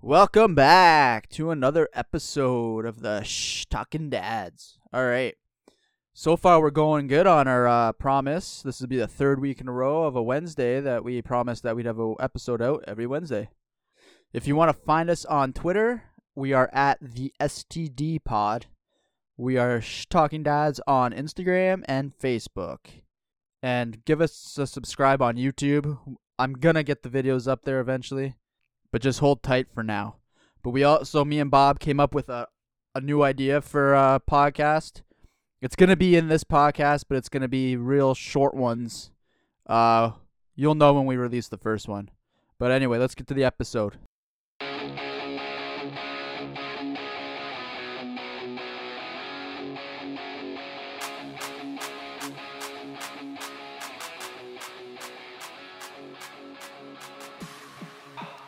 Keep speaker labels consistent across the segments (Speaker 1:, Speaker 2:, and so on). Speaker 1: Welcome back to another episode of the Shh Talking Dads. All right. So far, we're going good on our uh, promise. This will be the third week in a row of a Wednesday that we promised that we'd have an episode out every Wednesday. If you want to find us on Twitter, we are at the STD Pod. We are Shh Talking Dads on Instagram and Facebook. And give us a subscribe on YouTube. I'm going to get the videos up there eventually but just hold tight for now. But we also, me and Bob came up with a, a new idea for a podcast. It's going to be in this podcast, but it's going to be real short ones. Uh, you'll know when we release the first one. But anyway, let's get to the episode.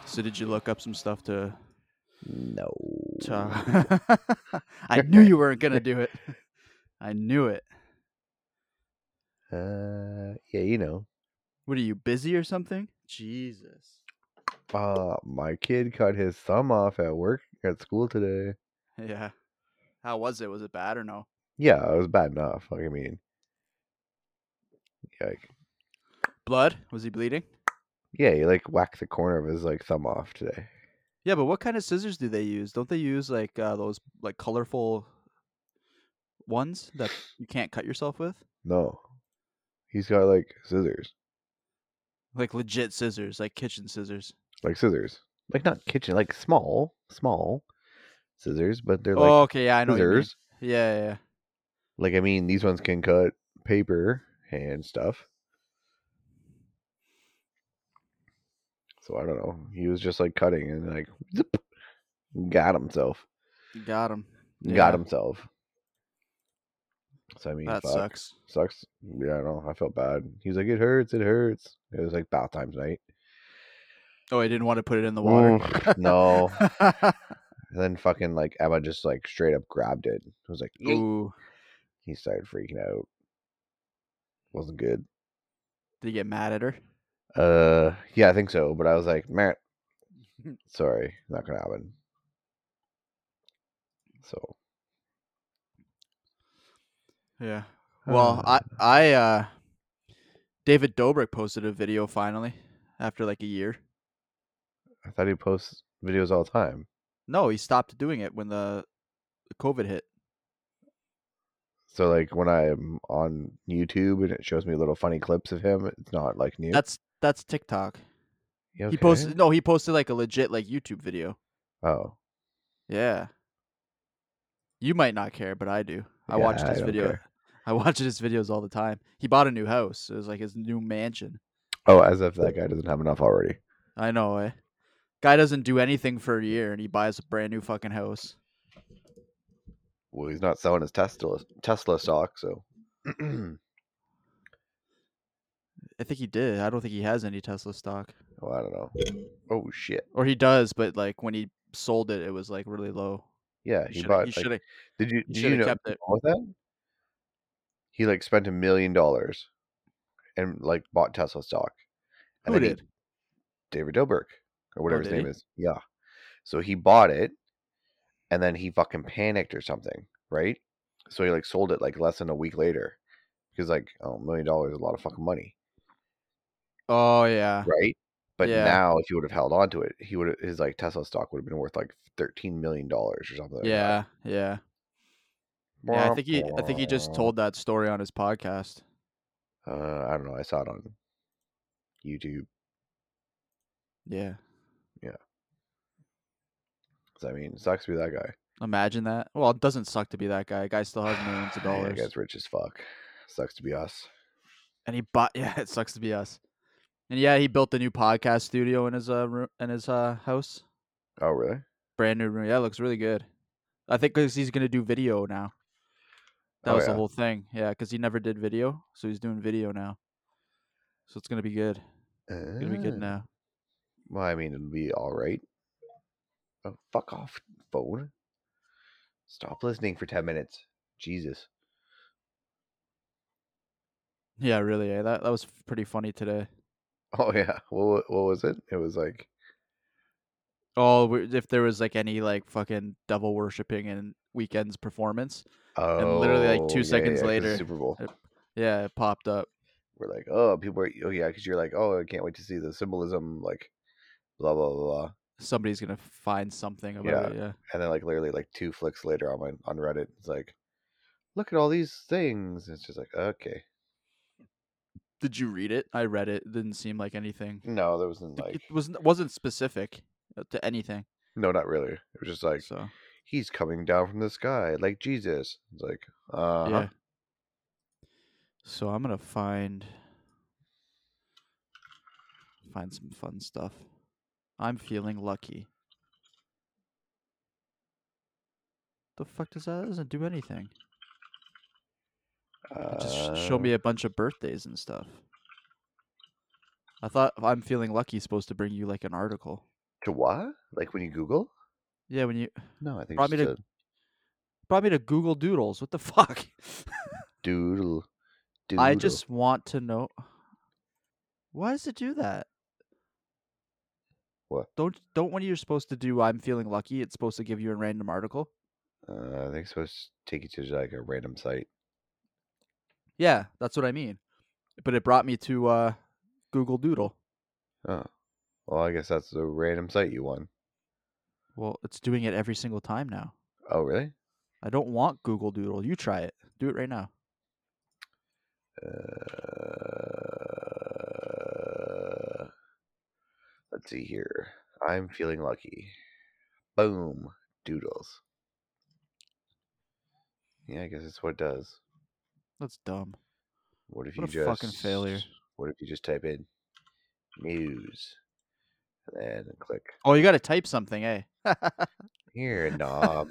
Speaker 1: So, did you look up some stuff to?
Speaker 2: No.
Speaker 1: to I knew you weren't going to do it. I knew it.
Speaker 2: Uh, yeah, you know.
Speaker 1: What are you busy or something? Jesus.
Speaker 2: Uh, my kid cut his thumb off at work at school today.
Speaker 1: Yeah. How was it? Was it bad or no?
Speaker 2: Yeah, it was bad enough. Like, I mean, yeah, like,
Speaker 1: Blood? Was he bleeding?
Speaker 2: yeah, he like whacked the corner of his like thumb off today.
Speaker 1: Yeah, but what kind of scissors do they use? Don't they use like uh, those like colorful ones that you can't cut yourself with?
Speaker 2: No, he's got like scissors,
Speaker 1: Like legit scissors, like kitchen scissors.
Speaker 2: like scissors, like not kitchen, like small, small scissors, but they're
Speaker 1: oh,
Speaker 2: like
Speaker 1: okay, yeah, I know. what you mean.
Speaker 2: scissors.
Speaker 1: Yeah, yeah, yeah.
Speaker 2: Like, I mean, these ones can cut paper and stuff. So I don't know. He was just like cutting and like zip, got himself,
Speaker 1: You Got him.
Speaker 2: got himself. So I mean,
Speaker 1: That
Speaker 2: fuck.
Speaker 1: sucks.
Speaker 2: Sucks. Yeah, I know. I felt bad. He's like, it hurts. It hurts. It was like bath times night.
Speaker 1: Oh, I didn't want to put it in the water.
Speaker 2: Mm, no. Mm. And then fucking like Emma just like straight up grabbed it. It was like, "Yeet."
Speaker 1: Ooh,
Speaker 2: he started freaking out. Wasn't good.
Speaker 1: did you get mad at her?
Speaker 2: Uh, yeah, I think so. But I was like, Matt, sorry, not gonna happen. So,
Speaker 1: Yeah. Well,
Speaker 2: uh,
Speaker 1: I, I, uh, David Dobrik posted a video finally after like a year.
Speaker 2: I thought he posts videos all the time.
Speaker 1: No, he stopped doing it when the COVID hit.
Speaker 2: So, like when I'm on YouTube and it shows me little funny clips of him, it's not like new.
Speaker 1: That's that's TikTok.
Speaker 2: Yeah,
Speaker 1: He
Speaker 2: okay.
Speaker 1: posted no, he posted like a legit like YouTube video.
Speaker 2: Oh,
Speaker 1: Yeah. You might not care, but I do. I watch
Speaker 2: Yeah, I
Speaker 1: this
Speaker 2: don't
Speaker 1: video.
Speaker 2: care.
Speaker 1: I watch his videos all the time. He bought a new house. It was like his new mansion.
Speaker 2: oh, as if that guy doesn't have enough already.
Speaker 1: I know, eh? Guy doesn't do anything for a year and he buys a brand new fucking house.
Speaker 2: Well, he's not selling his Tesla Tesla stock, so.
Speaker 1: I think he did. I don't think he has any Tesla stock.
Speaker 2: Oh, I don't know. Oh shit!
Speaker 1: Or he does, but like when he sold it it was like really low.
Speaker 2: Yeah,
Speaker 1: He
Speaker 2: he
Speaker 1: should
Speaker 2: bought.
Speaker 1: have he
Speaker 2: like-
Speaker 1: should have
Speaker 2: did you
Speaker 1: he
Speaker 2: did
Speaker 1: shoulda
Speaker 2: you know
Speaker 1: kept it.
Speaker 2: with that? He like spent a million dollars, and like bought Tesla stock. And
Speaker 1: Who
Speaker 2: then he-
Speaker 1: did? Oh,
Speaker 2: David Dobrik or whatever his
Speaker 1: did
Speaker 2: name
Speaker 1: he?
Speaker 2: is. Yeah. So he bought it, and then he fucking panicked or something, right? So he like sold it like less than a week later, because like oh, a million dollars is a lot of fucking money.
Speaker 1: Oh yeah.
Speaker 2: right? But
Speaker 1: Yeah.
Speaker 2: now, if he would have held on to it, he would have his like Tesla stock would have been worth like thirteen million dollars or something. like that.
Speaker 1: Yeah, yeah. Yeah, I think he I think he just told that story on his podcast.
Speaker 2: Uh, I don't know. I saw it on YouTube.
Speaker 1: Yeah.
Speaker 2: So, I mean, sucks to be that guy.
Speaker 1: Imagine that. Well, it doesn't suck to be that guy. Guy still has millions of
Speaker 2: Yeah,
Speaker 1: dollars.
Speaker 2: guy's rich as fuck. Sucks to be us.
Speaker 1: and he bought yeah, it sucks to be us. And yeah, he built a new podcast studio in his uh room, in his uh house.
Speaker 2: Oh really?
Speaker 1: Brand new room. Yeah, it looks really good. I think cuz he's going to do video now. That
Speaker 2: Oh,
Speaker 1: was the
Speaker 2: yeah.
Speaker 1: whole thing. Yeah, cuz he never did video, so he's doing video now. So it's going to be good. It's going to be
Speaker 2: Ah.
Speaker 1: good now.
Speaker 2: Well, I mean, it'll be all right. Oh, fuck off, phone. Stop listening for ten minutes. Jesus.
Speaker 1: Yeah, really. eh? That that was pretty funny today.
Speaker 2: Oh yeah. What wa- what was it? It was like
Speaker 1: Oh, we- if there was like any like fucking devil worshipping in weekend's performance,
Speaker 2: Oh,
Speaker 1: literally, like, two
Speaker 2: yeah,
Speaker 1: seconds
Speaker 2: yeah, 'cause
Speaker 1: later- uh,
Speaker 2: Super Bowl.
Speaker 1: yeah, it popped up.
Speaker 2: We're like, oh, people are, oh yeah, because you're like, oh, I can't wait to see the symbolism, like, blah blah blah. blah.
Speaker 1: Somebody's gonna find something about
Speaker 2: Yeah.
Speaker 1: it. Yeah,
Speaker 2: And then like literally like two flicks later on my on Reddit, it's like, look at all these things. It's just like, okay,
Speaker 1: did you read it? I read it. it didn't seem like anything.
Speaker 2: no, there wasn't
Speaker 1: Th-
Speaker 2: like,
Speaker 1: it wasn't wasn't specific uh, to anything.
Speaker 2: no, not really. It was just like
Speaker 1: so
Speaker 2: he's coming down from the sky like Jesus. It's like, uh,
Speaker 1: yeah. So I'm gonna find find some fun stuff. I'm feeling lucky. The fuck does that? that doesn't do anything. It Just sh- show
Speaker 2: Uh,
Speaker 1: me a bunch of birthdays and stuff. I thought I'm feeling lucky is supposed to bring you like an article.
Speaker 2: to what? Like when you Google?
Speaker 1: Yeah, when you
Speaker 2: No, I think
Speaker 1: Brought
Speaker 2: it's
Speaker 1: me
Speaker 2: just
Speaker 1: to-
Speaker 2: a
Speaker 1: brought me to Google Doodles. What the fuck?
Speaker 2: doodle. doodle.
Speaker 1: I just want to know. Why does it do that?
Speaker 2: What?
Speaker 1: Don't don't when you're supposed to do I'm feeling lucky, it's supposed to give you a random article.
Speaker 2: Uh, I think it's supposed to take you to like a random site.
Speaker 1: Yeah, that's what I mean. But it brought me to uh Google Doodle.
Speaker 2: Oh, well, I guess that's the random site you won.
Speaker 1: Well, it's doing it every single time now.
Speaker 2: Oh, really?
Speaker 1: I don't want Google Doodle. You try it. Do it right now.
Speaker 2: Uh, let's see here. I'm feeling lucky. Boom, doodles. Yeah, I guess that's what it does.
Speaker 1: That's dumb.
Speaker 2: What if
Speaker 1: What
Speaker 2: you
Speaker 1: a
Speaker 2: just
Speaker 1: fucking failure.
Speaker 2: What if you just type in news and then click
Speaker 1: Oh, you got to type something, eh?
Speaker 2: here, knob?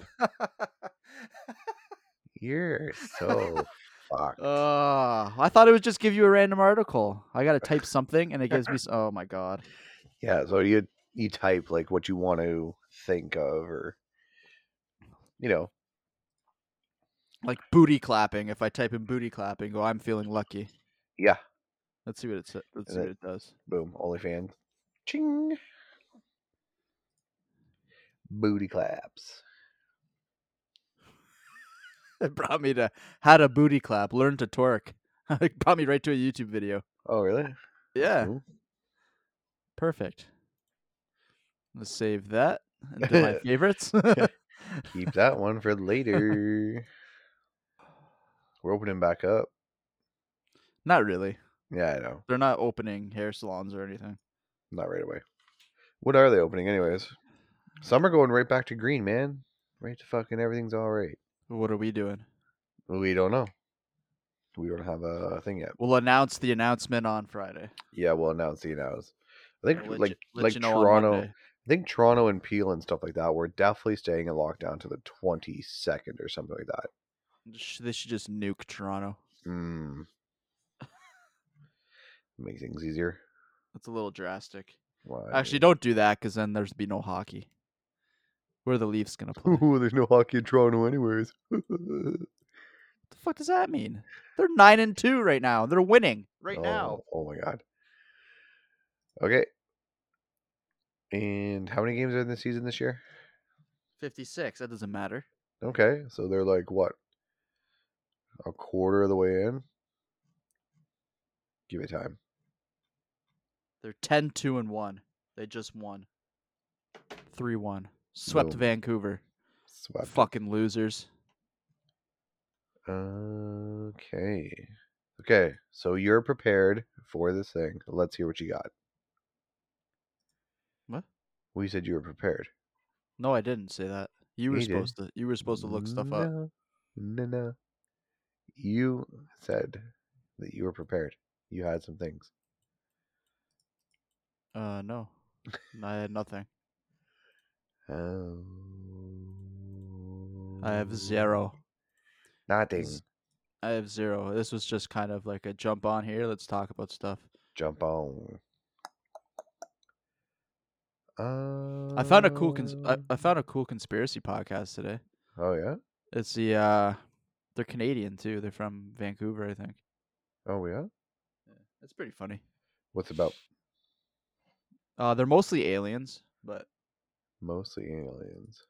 Speaker 2: You're so fucked.
Speaker 1: Uh, I thought it would just give you a random article. I got to type something and it gives me s- Oh my god.
Speaker 2: Yeah, so you you type like what you want to think of, or you know,
Speaker 1: Like booty clapping. If I type in booty clapping, go I'm feeling lucky.
Speaker 2: yeah,
Speaker 1: Let's see what it sa- let's
Speaker 2: And
Speaker 1: see
Speaker 2: it-
Speaker 1: what it does.
Speaker 2: boom, OnlyFans, ching, booty claps.
Speaker 1: It brought me to how to booty clap, learn to twerk. it brought me right to a YouTube video.
Speaker 2: Oh, really?
Speaker 1: Yeah,
Speaker 2: Cool.
Speaker 1: perfect. Let's save that into my favorites.
Speaker 2: Keep that one for later. We're opening back up.
Speaker 1: not really.
Speaker 2: Yeah, I know.
Speaker 1: They're not opening hair salons or anything.
Speaker 2: Not right away. What are they opening, anyways? Some are going right back to green, man. Right to fucking everything's all right.
Speaker 1: What are we doing?
Speaker 2: We don't know. We don't have a thing yet.
Speaker 1: We'll announce the announcement on Friday.
Speaker 2: Yeah, we'll announce the announce. I think
Speaker 1: We'll let
Speaker 2: like
Speaker 1: you- let
Speaker 2: like
Speaker 1: you know on
Speaker 2: Toronto,
Speaker 1: Monday.
Speaker 2: I think Toronto and Peel and stuff like that. We're definitely staying in lockdown to the twenty second or something like that.
Speaker 1: Sh- They should just nuke Toronto.
Speaker 2: Mm. Make things easier.
Speaker 1: That's a little drastic.
Speaker 2: Well, I
Speaker 1: Actually, don't do that because then there's be no hockey. Where are the Leafs gonna play?
Speaker 2: mean,
Speaker 1: what
Speaker 2: there's no hockey in Toronto, anyways.
Speaker 1: the fuck does that mean? They're nine and two right now. They're winning right
Speaker 2: oh,
Speaker 1: now.
Speaker 2: Oh my god. Okay. And how many games are in the season this year?
Speaker 1: Fifty six. That doesn't matter.
Speaker 2: Okay, so they're like what? A quarter of the way in. Give it time.
Speaker 1: They're 10 2 and 1. They just won. 3 1. Swept
Speaker 2: Boom.
Speaker 1: Vancouver.
Speaker 2: Swept.
Speaker 1: Fucking losers.
Speaker 2: Okay. Okay. So you're prepared for this thing. Let's hear what you got.
Speaker 1: What?
Speaker 2: We said you were prepared.
Speaker 1: No, I didn't say that. You were
Speaker 2: You did.
Speaker 1: supposed to you were supposed to look stuff up.
Speaker 2: No, no, no. You said that you were prepared. You had some things.
Speaker 1: Uh no. I had nothing.
Speaker 2: Oh.
Speaker 1: I have zero.
Speaker 2: Nothing.
Speaker 1: Z- I have zero. This was just kind of like a jump on here. Let's talk about stuff.
Speaker 2: Jump on. Uh,
Speaker 1: I found a cool cons- I, I found a cool conspiracy podcast today.
Speaker 2: Um, Oh yeah.
Speaker 1: It's the uh they're Canadian too. They're from Vancouver, I think.
Speaker 2: Oh yeah.
Speaker 1: It's pretty funny.
Speaker 2: What's about?
Speaker 1: Uh they're mostly aliens, but
Speaker 2: Mostly aliens.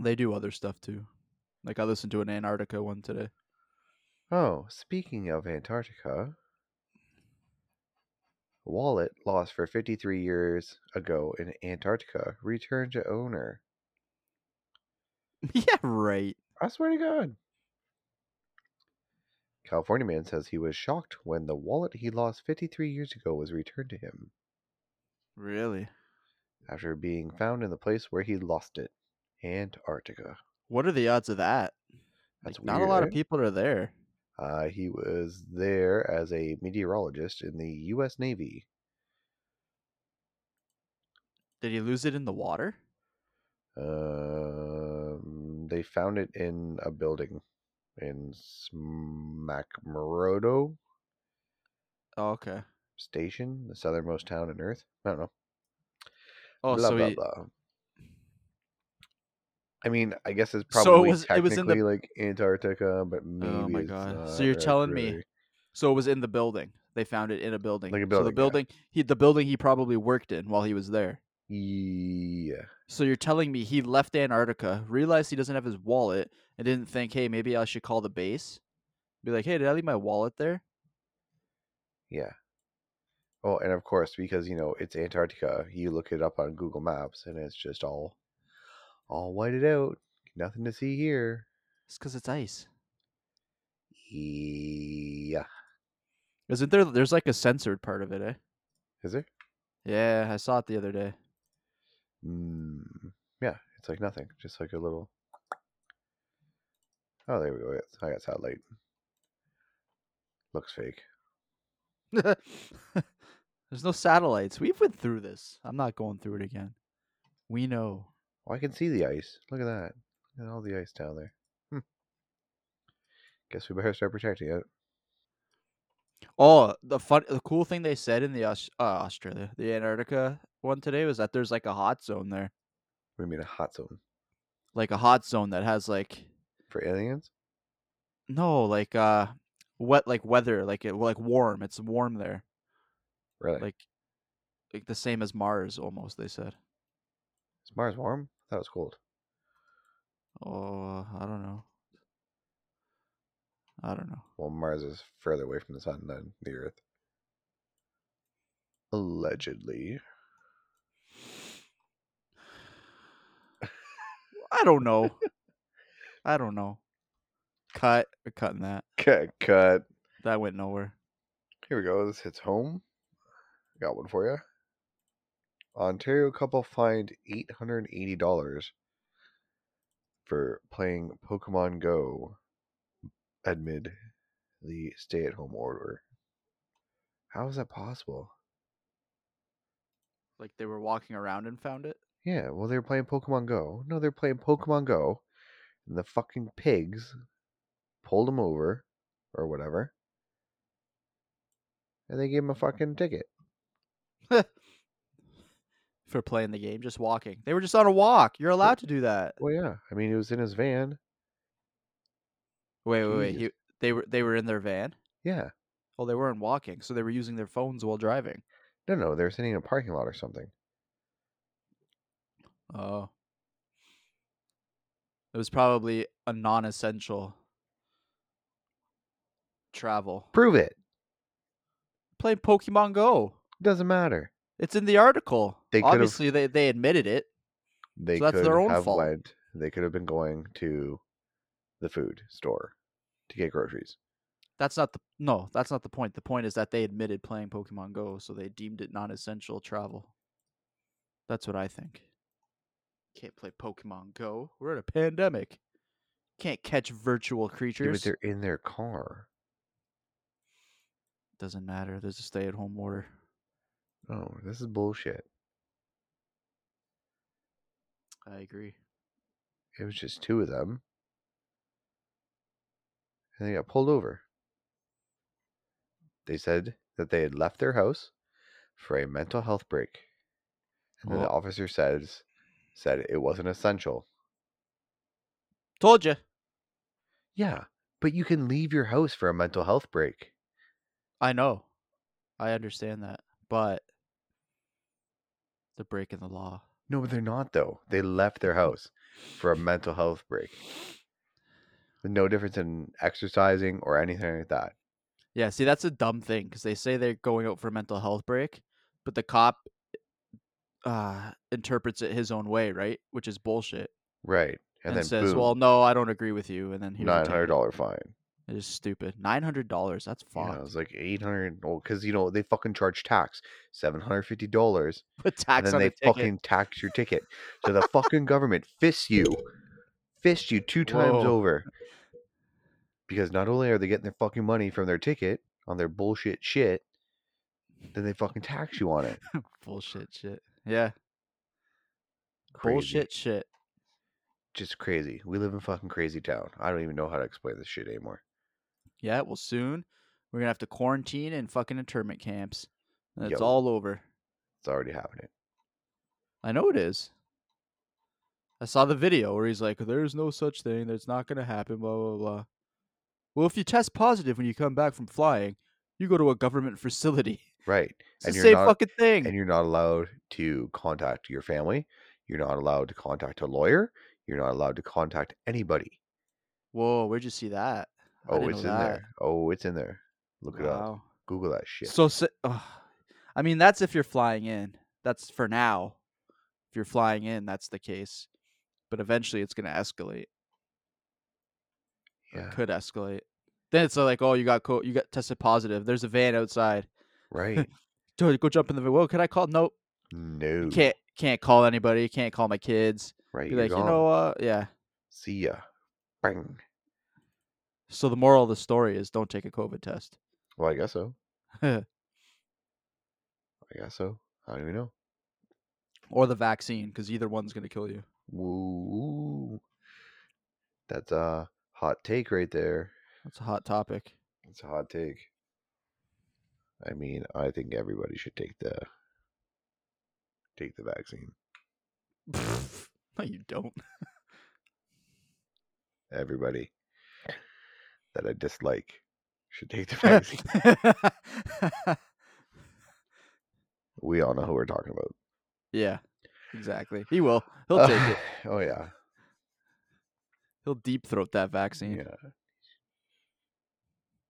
Speaker 1: They do other stuff too. Like I listened to an Antarctica one today.
Speaker 2: Oh, speaking of Antarctica, wallet lost for 53 years ago in Antarctica returned to owner.
Speaker 1: yeah, right.
Speaker 2: I swear to God. California man says he was shocked when the wallet he lost 53 years ago was returned to him
Speaker 1: Really?
Speaker 2: after being found in the place where he lost it, Antarctica.
Speaker 1: What are the odds of that?
Speaker 2: That's
Speaker 1: Like, not
Speaker 2: weird,
Speaker 1: a lot
Speaker 2: eh?
Speaker 1: of people are there.
Speaker 2: Uh, he was there as a meteorologist in the U.S. Navy.
Speaker 1: Did he lose it in the water?
Speaker 2: Um, they found it in a building in Smakmrodo
Speaker 1: Oh, okay.
Speaker 2: Station, the southernmost town on Earth. I don't know.
Speaker 1: Oh,
Speaker 2: blah,
Speaker 1: so
Speaker 2: blah,
Speaker 1: he,
Speaker 2: blah. I mean, I guess it's
Speaker 1: So it
Speaker 2: probably
Speaker 1: was- it
Speaker 2: technically
Speaker 1: was in the- Oh
Speaker 2: like Antarctica, but maybe.
Speaker 1: my
Speaker 2: it's
Speaker 1: God. So
Speaker 2: not
Speaker 1: you're telling me-
Speaker 2: really.
Speaker 1: so it was in the building. They found it in a building.
Speaker 2: Like a
Speaker 1: So
Speaker 2: building,
Speaker 1: the
Speaker 2: yeah.
Speaker 1: building he the building he probably worked in while he was there.
Speaker 2: Yeah.
Speaker 1: So you're telling me he left Antarctica, realized he doesn't have his wallet, and didn't think, hey, maybe I should call the base? Be like, hey, did I leave my wallet there?
Speaker 2: Yeah. Oh, and of course, because you know it's Antarctica, you look it up on Google Maps, and it's just all, all whited out. Nothing to see here.
Speaker 1: It's because it's ice.
Speaker 2: Yeah.
Speaker 1: Isn't there? There's like a censored part of it, eh?
Speaker 2: Is there?
Speaker 1: Yeah, I saw it the other day.
Speaker 2: Mm, yeah. It's like nothing. Just like a little. Oh, there we go. it's- I got satellite. Looks fake.
Speaker 1: There's no satellites. We've went through this. I'm not going through it again. We know.
Speaker 2: Oh, I can see the ice. Look at that. Look at all the ice down there. Hmm. Guess we better start protecting it.
Speaker 1: Oh, the fun, the cool thing they said in the Aus- uh, Australia, the Antarctica one today was that there's like a hot zone there,
Speaker 2: We mean a hot zone
Speaker 1: like a hot zone that has like
Speaker 2: for aliens.
Speaker 1: no, like uh, wet like weather, like it like warm. It's warm there,
Speaker 2: Really?
Speaker 1: like like the same as Mars almost. They said.
Speaker 2: Is Mars warm? I thought it was cold.
Speaker 1: Oh, I don't know. I don't know.
Speaker 2: Well, Mars is further away from the sun than the Earth. Allegedly.
Speaker 1: I don't know. I don't know. Cut. We're cutting that.
Speaker 2: Cut, cut.
Speaker 1: That went nowhere.
Speaker 2: Here we go. This hits home. Got one for you. Ontario couple fined $880 for playing Pokemon Go amid the stay at home order. How is that possible?
Speaker 1: Like they were walking around and found it.
Speaker 2: Yeah, well, they're playing Pokemon Go. No, they're playing Pokemon Go, and the fucking pigs pulled them over, or whatever, and they gave them a fucking ticket.
Speaker 1: for playing the game, just walking. They were just on a walk. You're allowed to do that.
Speaker 2: Well, yeah, I mean, it was in his van.
Speaker 1: Wait, wait, wait.
Speaker 2: Jesus.
Speaker 1: He, they were they were in their van.
Speaker 2: Yeah,
Speaker 1: Well, they weren't walking, so they were using their phones while driving.
Speaker 2: no, no, they're sitting in a parking lot or something.
Speaker 1: Oh, it was probably a non-essential travel.
Speaker 2: Prove it.
Speaker 1: Playing Pokemon Go.
Speaker 2: Doesn't matter.
Speaker 1: It's in the article.
Speaker 2: They could've-
Speaker 1: Obviously, they they admitted it.
Speaker 2: They
Speaker 1: So that's
Speaker 2: could
Speaker 1: their own
Speaker 2: have
Speaker 1: fault.
Speaker 2: went. They could have been going to the food store to get groceries.
Speaker 1: That's not the no. That's not the point. The point is that they admitted playing Pokemon Go, so they deemed it non-essential travel. That's what I think. Can't play Pokemon Go. We're in a pandemic. Can't catch virtual
Speaker 2: Yeah, but
Speaker 1: creatures.
Speaker 2: they're in their car.
Speaker 1: Doesn't matter. There's a stay-at-home order.
Speaker 2: Oh, this is bullshit.
Speaker 1: I agree.
Speaker 2: It was just two of them. And they got pulled over. They said that they had left their house for a mental health break. And then the
Speaker 1: Well-
Speaker 2: officer says said it wasn't essential.
Speaker 1: Told you.
Speaker 2: Yeah, but you can leave your house for a mental health break.
Speaker 1: I know. I understand that, but they're breaking the law.
Speaker 2: No, they're not though. They left their house for a mental health break. No difference in exercising or anything like that.
Speaker 1: Yeah, see, that's a dumb thing because they say they're going out for a mental health break, but the cop uh, interprets it his own way, right? Which is bullshit.
Speaker 2: Right. And,
Speaker 1: And,
Speaker 2: then
Speaker 1: says,
Speaker 2: boom,
Speaker 1: "Well, no, I don't agree with you." And then here's
Speaker 2: nine hundred dollar fine.
Speaker 1: It is stupid. Nine hundred dollars. That's
Speaker 2: Yeah,
Speaker 1: fucked.
Speaker 2: it was like eight hundred. Well, because you know they fucking charge tax seven hundred fifty dollars,
Speaker 1: Put
Speaker 2: and
Speaker 1: tax
Speaker 2: then
Speaker 1: on
Speaker 2: they
Speaker 1: the ticket.
Speaker 2: fucking tax your ticket. So the fucking government fists you, fists you two times
Speaker 1: Whoa.
Speaker 2: over. Because not only are they getting their fucking money from their ticket on their bullshit shit, then they fucking tax you on it.
Speaker 1: bullshit shit. Yeah,
Speaker 2: Crazy.
Speaker 1: bullshit shit.
Speaker 2: just crazy. We live in fucking crazy town. I don't even know how to explain this shit anymore.
Speaker 1: Yeah, well, soon we're gonna have to quarantine in fucking internment camps. And it's
Speaker 2: Yo.
Speaker 1: all over.
Speaker 2: It's already happening.
Speaker 1: I know it is. I saw the video where he's like, "There's no such thing. That's not gonna happen." Blah blah blah. Well, if you test positive when you come back from flying, you go to a government facility.
Speaker 2: Right.
Speaker 1: It's the
Speaker 2: And you're
Speaker 1: same
Speaker 2: not-
Speaker 1: fucking thing.
Speaker 2: And you're not allowed to contact your family. You're not allowed to contact a lawyer. You're not allowed to contact anybody.
Speaker 1: Whoa, where'd you see that? I
Speaker 2: Oh,
Speaker 1: didn't
Speaker 2: it's in
Speaker 1: know that.
Speaker 2: there. Oh, it's in there. Look it up.
Speaker 1: Wow.
Speaker 2: Google that shit.
Speaker 1: So, si- ugh. I mean, that's if you're flying in. That's for now. If you're flying in, that's the case. But eventually, it's going to escalate. or
Speaker 2: yeah.
Speaker 1: Could escalate. Then it's like, oh, you got co- you got tested positive. There's a van outside.
Speaker 2: Right.
Speaker 1: Dude, go jump in the van. Well, can I call? Nope.
Speaker 2: No.
Speaker 1: Can't can't call anybody. Can't call my kids.
Speaker 2: Right.
Speaker 1: Be
Speaker 2: you're
Speaker 1: like, you
Speaker 2: gone.
Speaker 1: know, uh, yeah.
Speaker 2: See ya. Bang.
Speaker 1: So the moral of the story is, don't take a COVID test.
Speaker 2: Well, I guess so. I guess so. I don't even know.
Speaker 1: or the vaccine, because either one's going to kill you.
Speaker 2: Woo. That's a hot take right there.
Speaker 1: That's a hot topic.
Speaker 2: It's a hot take. I mean, I think everybody should take the take the vaccine.
Speaker 1: no, you don't.
Speaker 2: Everybody that I dislike should take the vaccine. we all know who we're talking about.
Speaker 1: yeah, exactly. He will. He'll take it.
Speaker 2: Oh yeah,
Speaker 1: He'll deep throat that vaccine.
Speaker 2: yeah.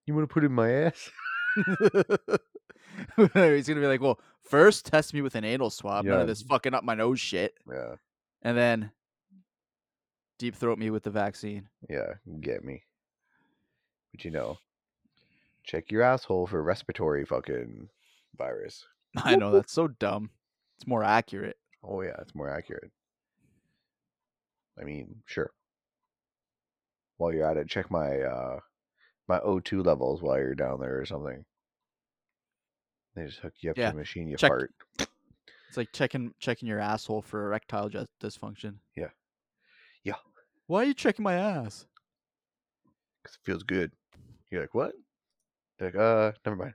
Speaker 2: You want to put it in my ass?
Speaker 1: He's gonna be like, "Well, first test me with an anal swab, none
Speaker 2: Yeah.
Speaker 1: of this fucking up my nose shit,
Speaker 2: Yeah,
Speaker 1: and then deep throat me with the vaccine."
Speaker 2: yeah. Get me. But you know, check your asshole for respiratory fucking virus.
Speaker 1: I know that's so dumb. It's more accurate.
Speaker 2: Oh yeah, it's more accurate. I mean, sure. While you're at it, check my uh my O2 levels while you're down there or something. They just hook you up
Speaker 1: Yeah,
Speaker 2: to a machine, you
Speaker 1: check-
Speaker 2: fart.
Speaker 1: It's like checking checking your asshole for erectile ju- dysfunction.
Speaker 2: Yeah. Yeah.
Speaker 1: Why are you checking my ass?
Speaker 2: 'Cause it feels good. You're like, what? They're like, uh, never mind.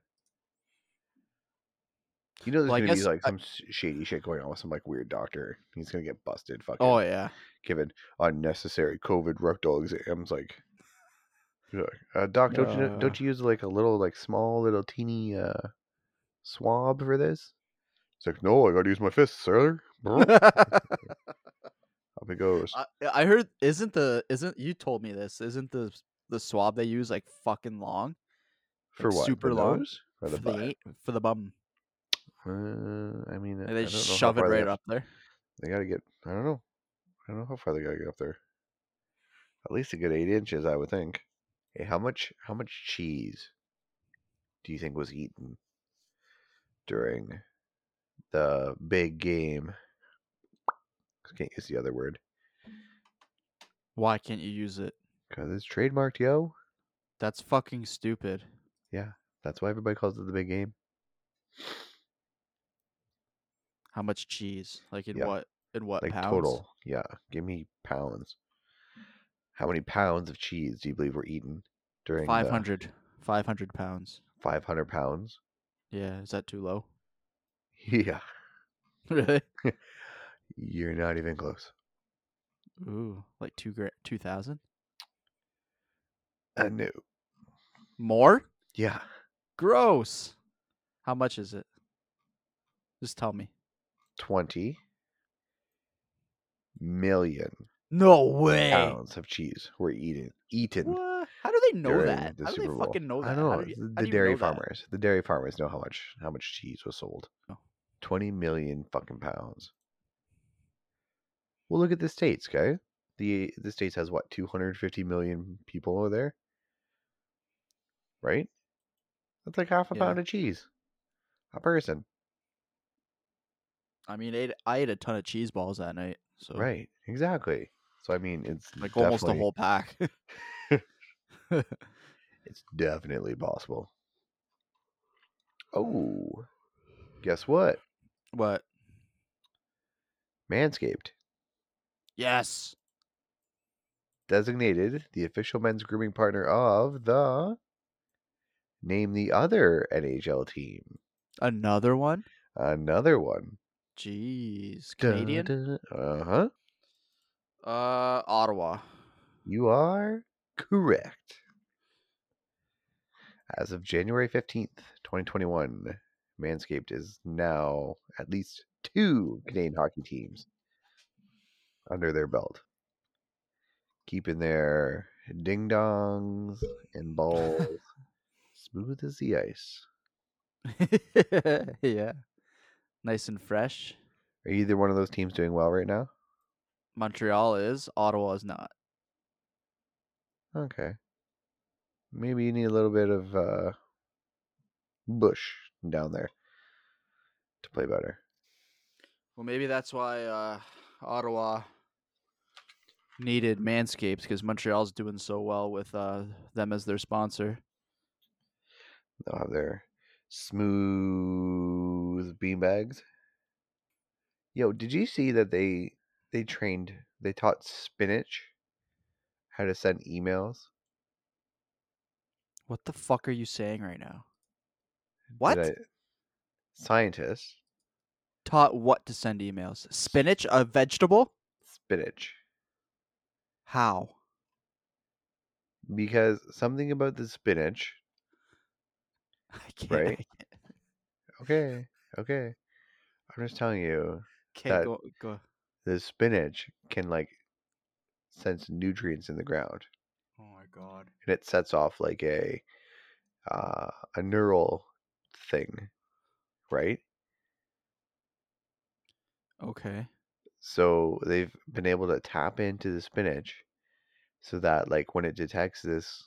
Speaker 2: You know, there's
Speaker 1: Well, I
Speaker 2: gonna be
Speaker 1: guess
Speaker 2: like
Speaker 1: I-
Speaker 2: some s shady shit going on with some like weird doctor. He's gonna get busted, fucking
Speaker 1: Oh yeah.
Speaker 2: given unnecessary COVID rectal exams. Like, you're like, uh, doc, don't you know,
Speaker 1: Uh.
Speaker 2: don't you use like a little like small little teeny uh swab for this? It's like, no, I gotta use my fist, sir. Brrr, Up it goes.
Speaker 1: I, I heard isn't the isn't you told me this isn't the the swab they use like fucking long
Speaker 2: for what?
Speaker 1: super
Speaker 2: the
Speaker 1: long
Speaker 2: nose or the
Speaker 1: for the
Speaker 2: butt?
Speaker 1: an- for the bum
Speaker 2: Uh, I mean, I
Speaker 1: and they
Speaker 2: don't know
Speaker 1: just
Speaker 2: how
Speaker 1: shove it
Speaker 2: far they
Speaker 1: right
Speaker 2: have-
Speaker 1: up there.
Speaker 2: They gotta get. I don't know. I don't know how far they gotta get up there. At least a good eight inches, I would think. Hey, how much how much cheese do you think was eaten during the big game? I can't use the other word
Speaker 1: Why can't you use it?
Speaker 2: because it's trademarked, yo.
Speaker 1: That's fucking stupid.
Speaker 2: That's why everybody calls it the big game.
Speaker 1: How much cheese? Like in
Speaker 2: Yeah.
Speaker 1: what in what
Speaker 2: like
Speaker 1: Uh, pounds?
Speaker 2: total, yeah. Give me pounds. How many pounds of cheese do you believe were eaten during
Speaker 1: 500 500 pounds.
Speaker 2: Five hundred pounds.
Speaker 1: Yeah, is that too low?
Speaker 2: Yeah,
Speaker 1: really?
Speaker 2: you're not even close.
Speaker 1: Ooh, like 2 gra- 2000?
Speaker 2: Uh, no.
Speaker 1: More?
Speaker 2: Yeah.
Speaker 1: Gross. How much is it? Just tell me.
Speaker 2: 20 million
Speaker 1: No way.
Speaker 2: pounds of cheese were eaten. Eaten.
Speaker 1: What? How do they know
Speaker 2: during
Speaker 1: that?
Speaker 2: the
Speaker 1: How do
Speaker 2: Super
Speaker 1: they
Speaker 2: Bowl.
Speaker 1: fucking know that?
Speaker 2: I don't
Speaker 1: How
Speaker 2: know.
Speaker 1: do you-
Speaker 2: the-
Speaker 1: how
Speaker 2: the
Speaker 1: do you
Speaker 2: dairy
Speaker 1: know that?
Speaker 2: farmers. The dairy farmers know how much how much cheese was sold.
Speaker 1: Oh.
Speaker 2: Twenty million fucking pounds. Well, look at the states, okay? The the states has what two hundred fifty million people over there, right? That's like half a
Speaker 1: Yeah.
Speaker 2: pound of cheese, a person,
Speaker 1: I mean, it, I ate a ton of cheese balls that night. So
Speaker 2: right? Exactly. So I mean, it's
Speaker 1: like almost a
Speaker 2: definitely-
Speaker 1: whole pack.
Speaker 2: It's definitely possible. Oh, guess what?
Speaker 1: but
Speaker 2: Manscaped.
Speaker 1: yes,
Speaker 2: designated the official men's grooming partner of the name the other NHL team.
Speaker 1: another one.
Speaker 2: Another one.
Speaker 1: Jeez, Canadian.
Speaker 2: Uh huh.
Speaker 1: Uh, Ottawa.
Speaker 2: You are correct. As of January 15th, 2021, Manscaped is now at least two Canadian hockey teams under their belt, keeping their ding dongs and balls smooth as the ice.
Speaker 1: yeah, nice and fresh.
Speaker 2: Are either one of those teams doing well right now?
Speaker 1: Montreal is. Ottawa is not.
Speaker 2: Okay. Maybe you need a little bit of uh, bush down there to play better.
Speaker 1: Well, maybe that's why uh, Ottawa needed Manscapes because Montreal's doing so well with uh, them as their sponsor.
Speaker 2: They'll have their smooth beanbags. Yo, did you see that they they trained they taught spinach how to send emails?
Speaker 1: What the fuck are you saying right now? What?
Speaker 2: Did I- Scientists
Speaker 1: Taught what to send emails? Spinach, a vegetable?
Speaker 2: spinach
Speaker 1: How?
Speaker 2: because something about the spinach
Speaker 1: I can't,
Speaker 2: Right.
Speaker 1: I can't,
Speaker 2: okay, okay. I'm just telling you,
Speaker 1: can't
Speaker 2: That-
Speaker 1: go, go.
Speaker 2: the spinach can like sense nutrients in the ground,
Speaker 1: Oh my god.
Speaker 2: and it sets off like a uh, a neural thing, right?
Speaker 1: Okay.
Speaker 2: So they've been able to tap into the spinach, so that like when it detects this,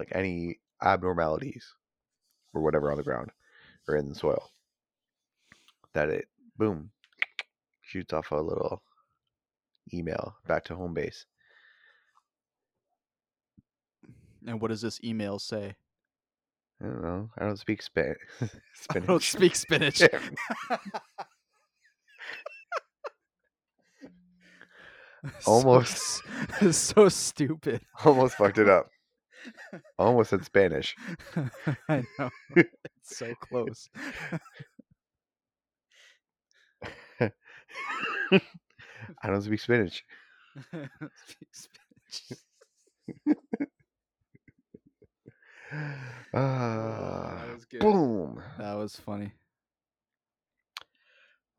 Speaker 2: like any abnormalities or whatever on the ground or in the soil, that it boom shoots off a little email back to home base.
Speaker 1: And what does this email say?
Speaker 2: I don't know. I don't speak spa-
Speaker 1: I
Speaker 2: spinach.
Speaker 1: don't speak spinach. So-
Speaker 2: Almost.
Speaker 1: it's so stupid.
Speaker 2: Almost fucked it up. Almost said Spanish.
Speaker 1: I know. it's so close.
Speaker 2: I don't speak Spanish.
Speaker 1: speak spinach.
Speaker 2: Ah,
Speaker 1: was good.
Speaker 2: boom.
Speaker 1: That was funny.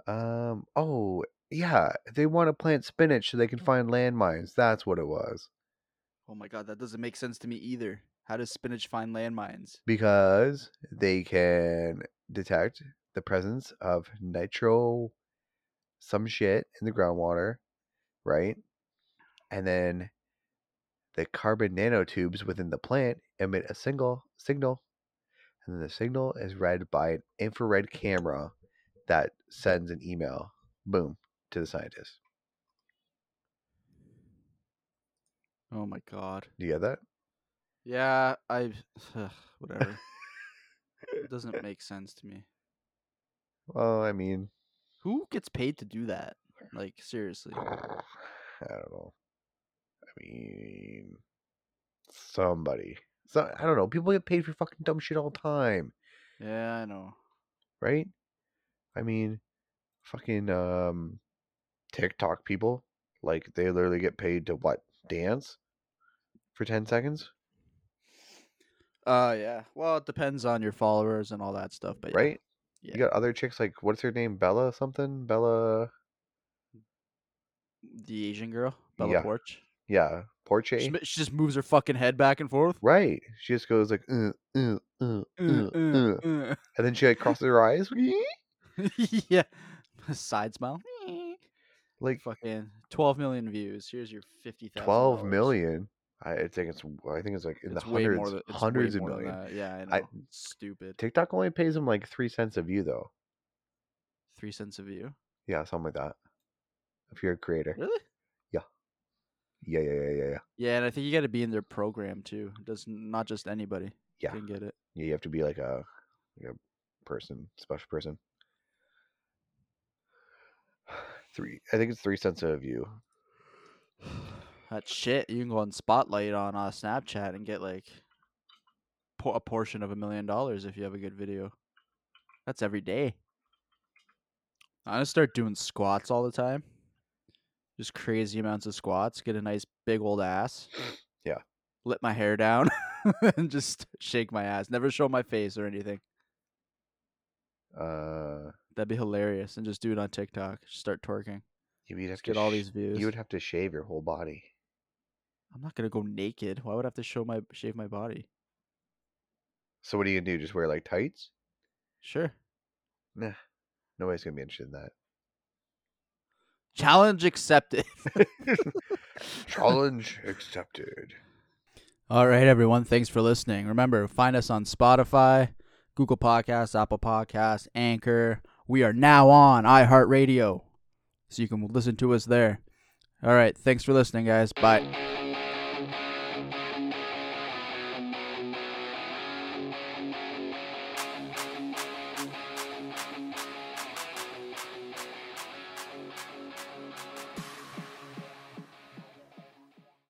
Speaker 2: Um. Oh, yeah. They want to plant spinach so they can find landmines. That's what it was.
Speaker 1: Oh my god, that doesn't make sense to me either. How does spinach find landmines?
Speaker 2: Because they can detect the presence of nitro, some shit in the groundwater, right? And then the carbon nanotubes within the plant emit a single signal, and then the signal is read by an infrared camera that sends an email, boom, to the scientist.
Speaker 1: Oh my god.
Speaker 2: Do you get that?
Speaker 1: Yeah, I whatever. it doesn't make sense to me.
Speaker 2: Well, I mean,
Speaker 1: Who gets paid to do that? Like seriously.
Speaker 2: I don't know. I mean, somebody. So I don't know. People get paid for fucking dumb shit all the time,
Speaker 1: Yeah, I know.
Speaker 2: right? I mean, fucking um, TikTok people like they literally get paid to what dance for ten seconds,
Speaker 1: Uh yeah. Well, it depends on your followers and all that stuff, but Uh, yeah.
Speaker 2: right?
Speaker 1: Yeah.
Speaker 2: You got other chicks like what's her name, Bella something, Bella
Speaker 1: the Asian girl, Bella
Speaker 2: Yeah.
Speaker 1: Porch.
Speaker 2: Yeah, Porche.
Speaker 1: She, she just moves her fucking head back and forth.
Speaker 2: Right. She just goes like, uh, uh, uh, uh,
Speaker 1: Uh,
Speaker 2: uh.
Speaker 1: uh,
Speaker 2: and then she like crosses her eyes.
Speaker 1: uh. yeah. Side smile.
Speaker 2: Like
Speaker 1: Fucking 12 million views. Here's your 50,000.
Speaker 2: twelve
Speaker 1: dollars.
Speaker 2: million. I I think it's I think it's like in
Speaker 1: It's
Speaker 2: the
Speaker 1: way
Speaker 2: hundreds,
Speaker 1: more than, it's way
Speaker 2: hundreds of
Speaker 1: more than
Speaker 2: million.
Speaker 1: that. Yeah, I know.
Speaker 2: I-
Speaker 1: It's Stupid.
Speaker 2: TikTok only pays them like three cents a view though.
Speaker 1: Three cents a view.
Speaker 2: Yeah, something like that. If you're a creator.
Speaker 1: Really?
Speaker 2: Yeah, yeah, yeah, yeah, yeah.
Speaker 1: Yeah, and I think you got to be in their program too. It does not just anybody
Speaker 2: Yeah.
Speaker 1: can get it.
Speaker 2: Yeah, you have to be like a, like a person, special person. Three, I think it's three cents a view.
Speaker 1: That shit, you can go on Spotlight on uh, Snapchat and get like po- a portion of a million dollars if you have a good video. That's every day. I'm gonna start doing squats all the time. Just crazy amounts of squats. Get a nice big old ass.
Speaker 2: Yeah.
Speaker 1: Let my hair down and just shake my ass. Never show my face or anything.
Speaker 2: Uh,
Speaker 1: That'd be hilarious. And just do it on TikTok. Just start twerking.
Speaker 2: you would have
Speaker 1: Just
Speaker 2: to
Speaker 1: get all
Speaker 2: sh-
Speaker 1: these views.
Speaker 2: You would have to shave your whole body.
Speaker 1: I'm not gonna go naked. Why would I have to show my shave my body?
Speaker 2: So what do you do? Just wear like tights?
Speaker 1: Sure.
Speaker 2: Nah, nobody's gonna be interested in that.
Speaker 1: Challenge accepted.
Speaker 2: Challenge accepted.
Speaker 1: All right, everyone. Thanks for listening. Remember, find us on Spotify, Google Podcasts, Apple Podcasts, Anchor. We are now on iHeartRadio, so you can listen to us there. All right. Thanks for listening, guys. Bye.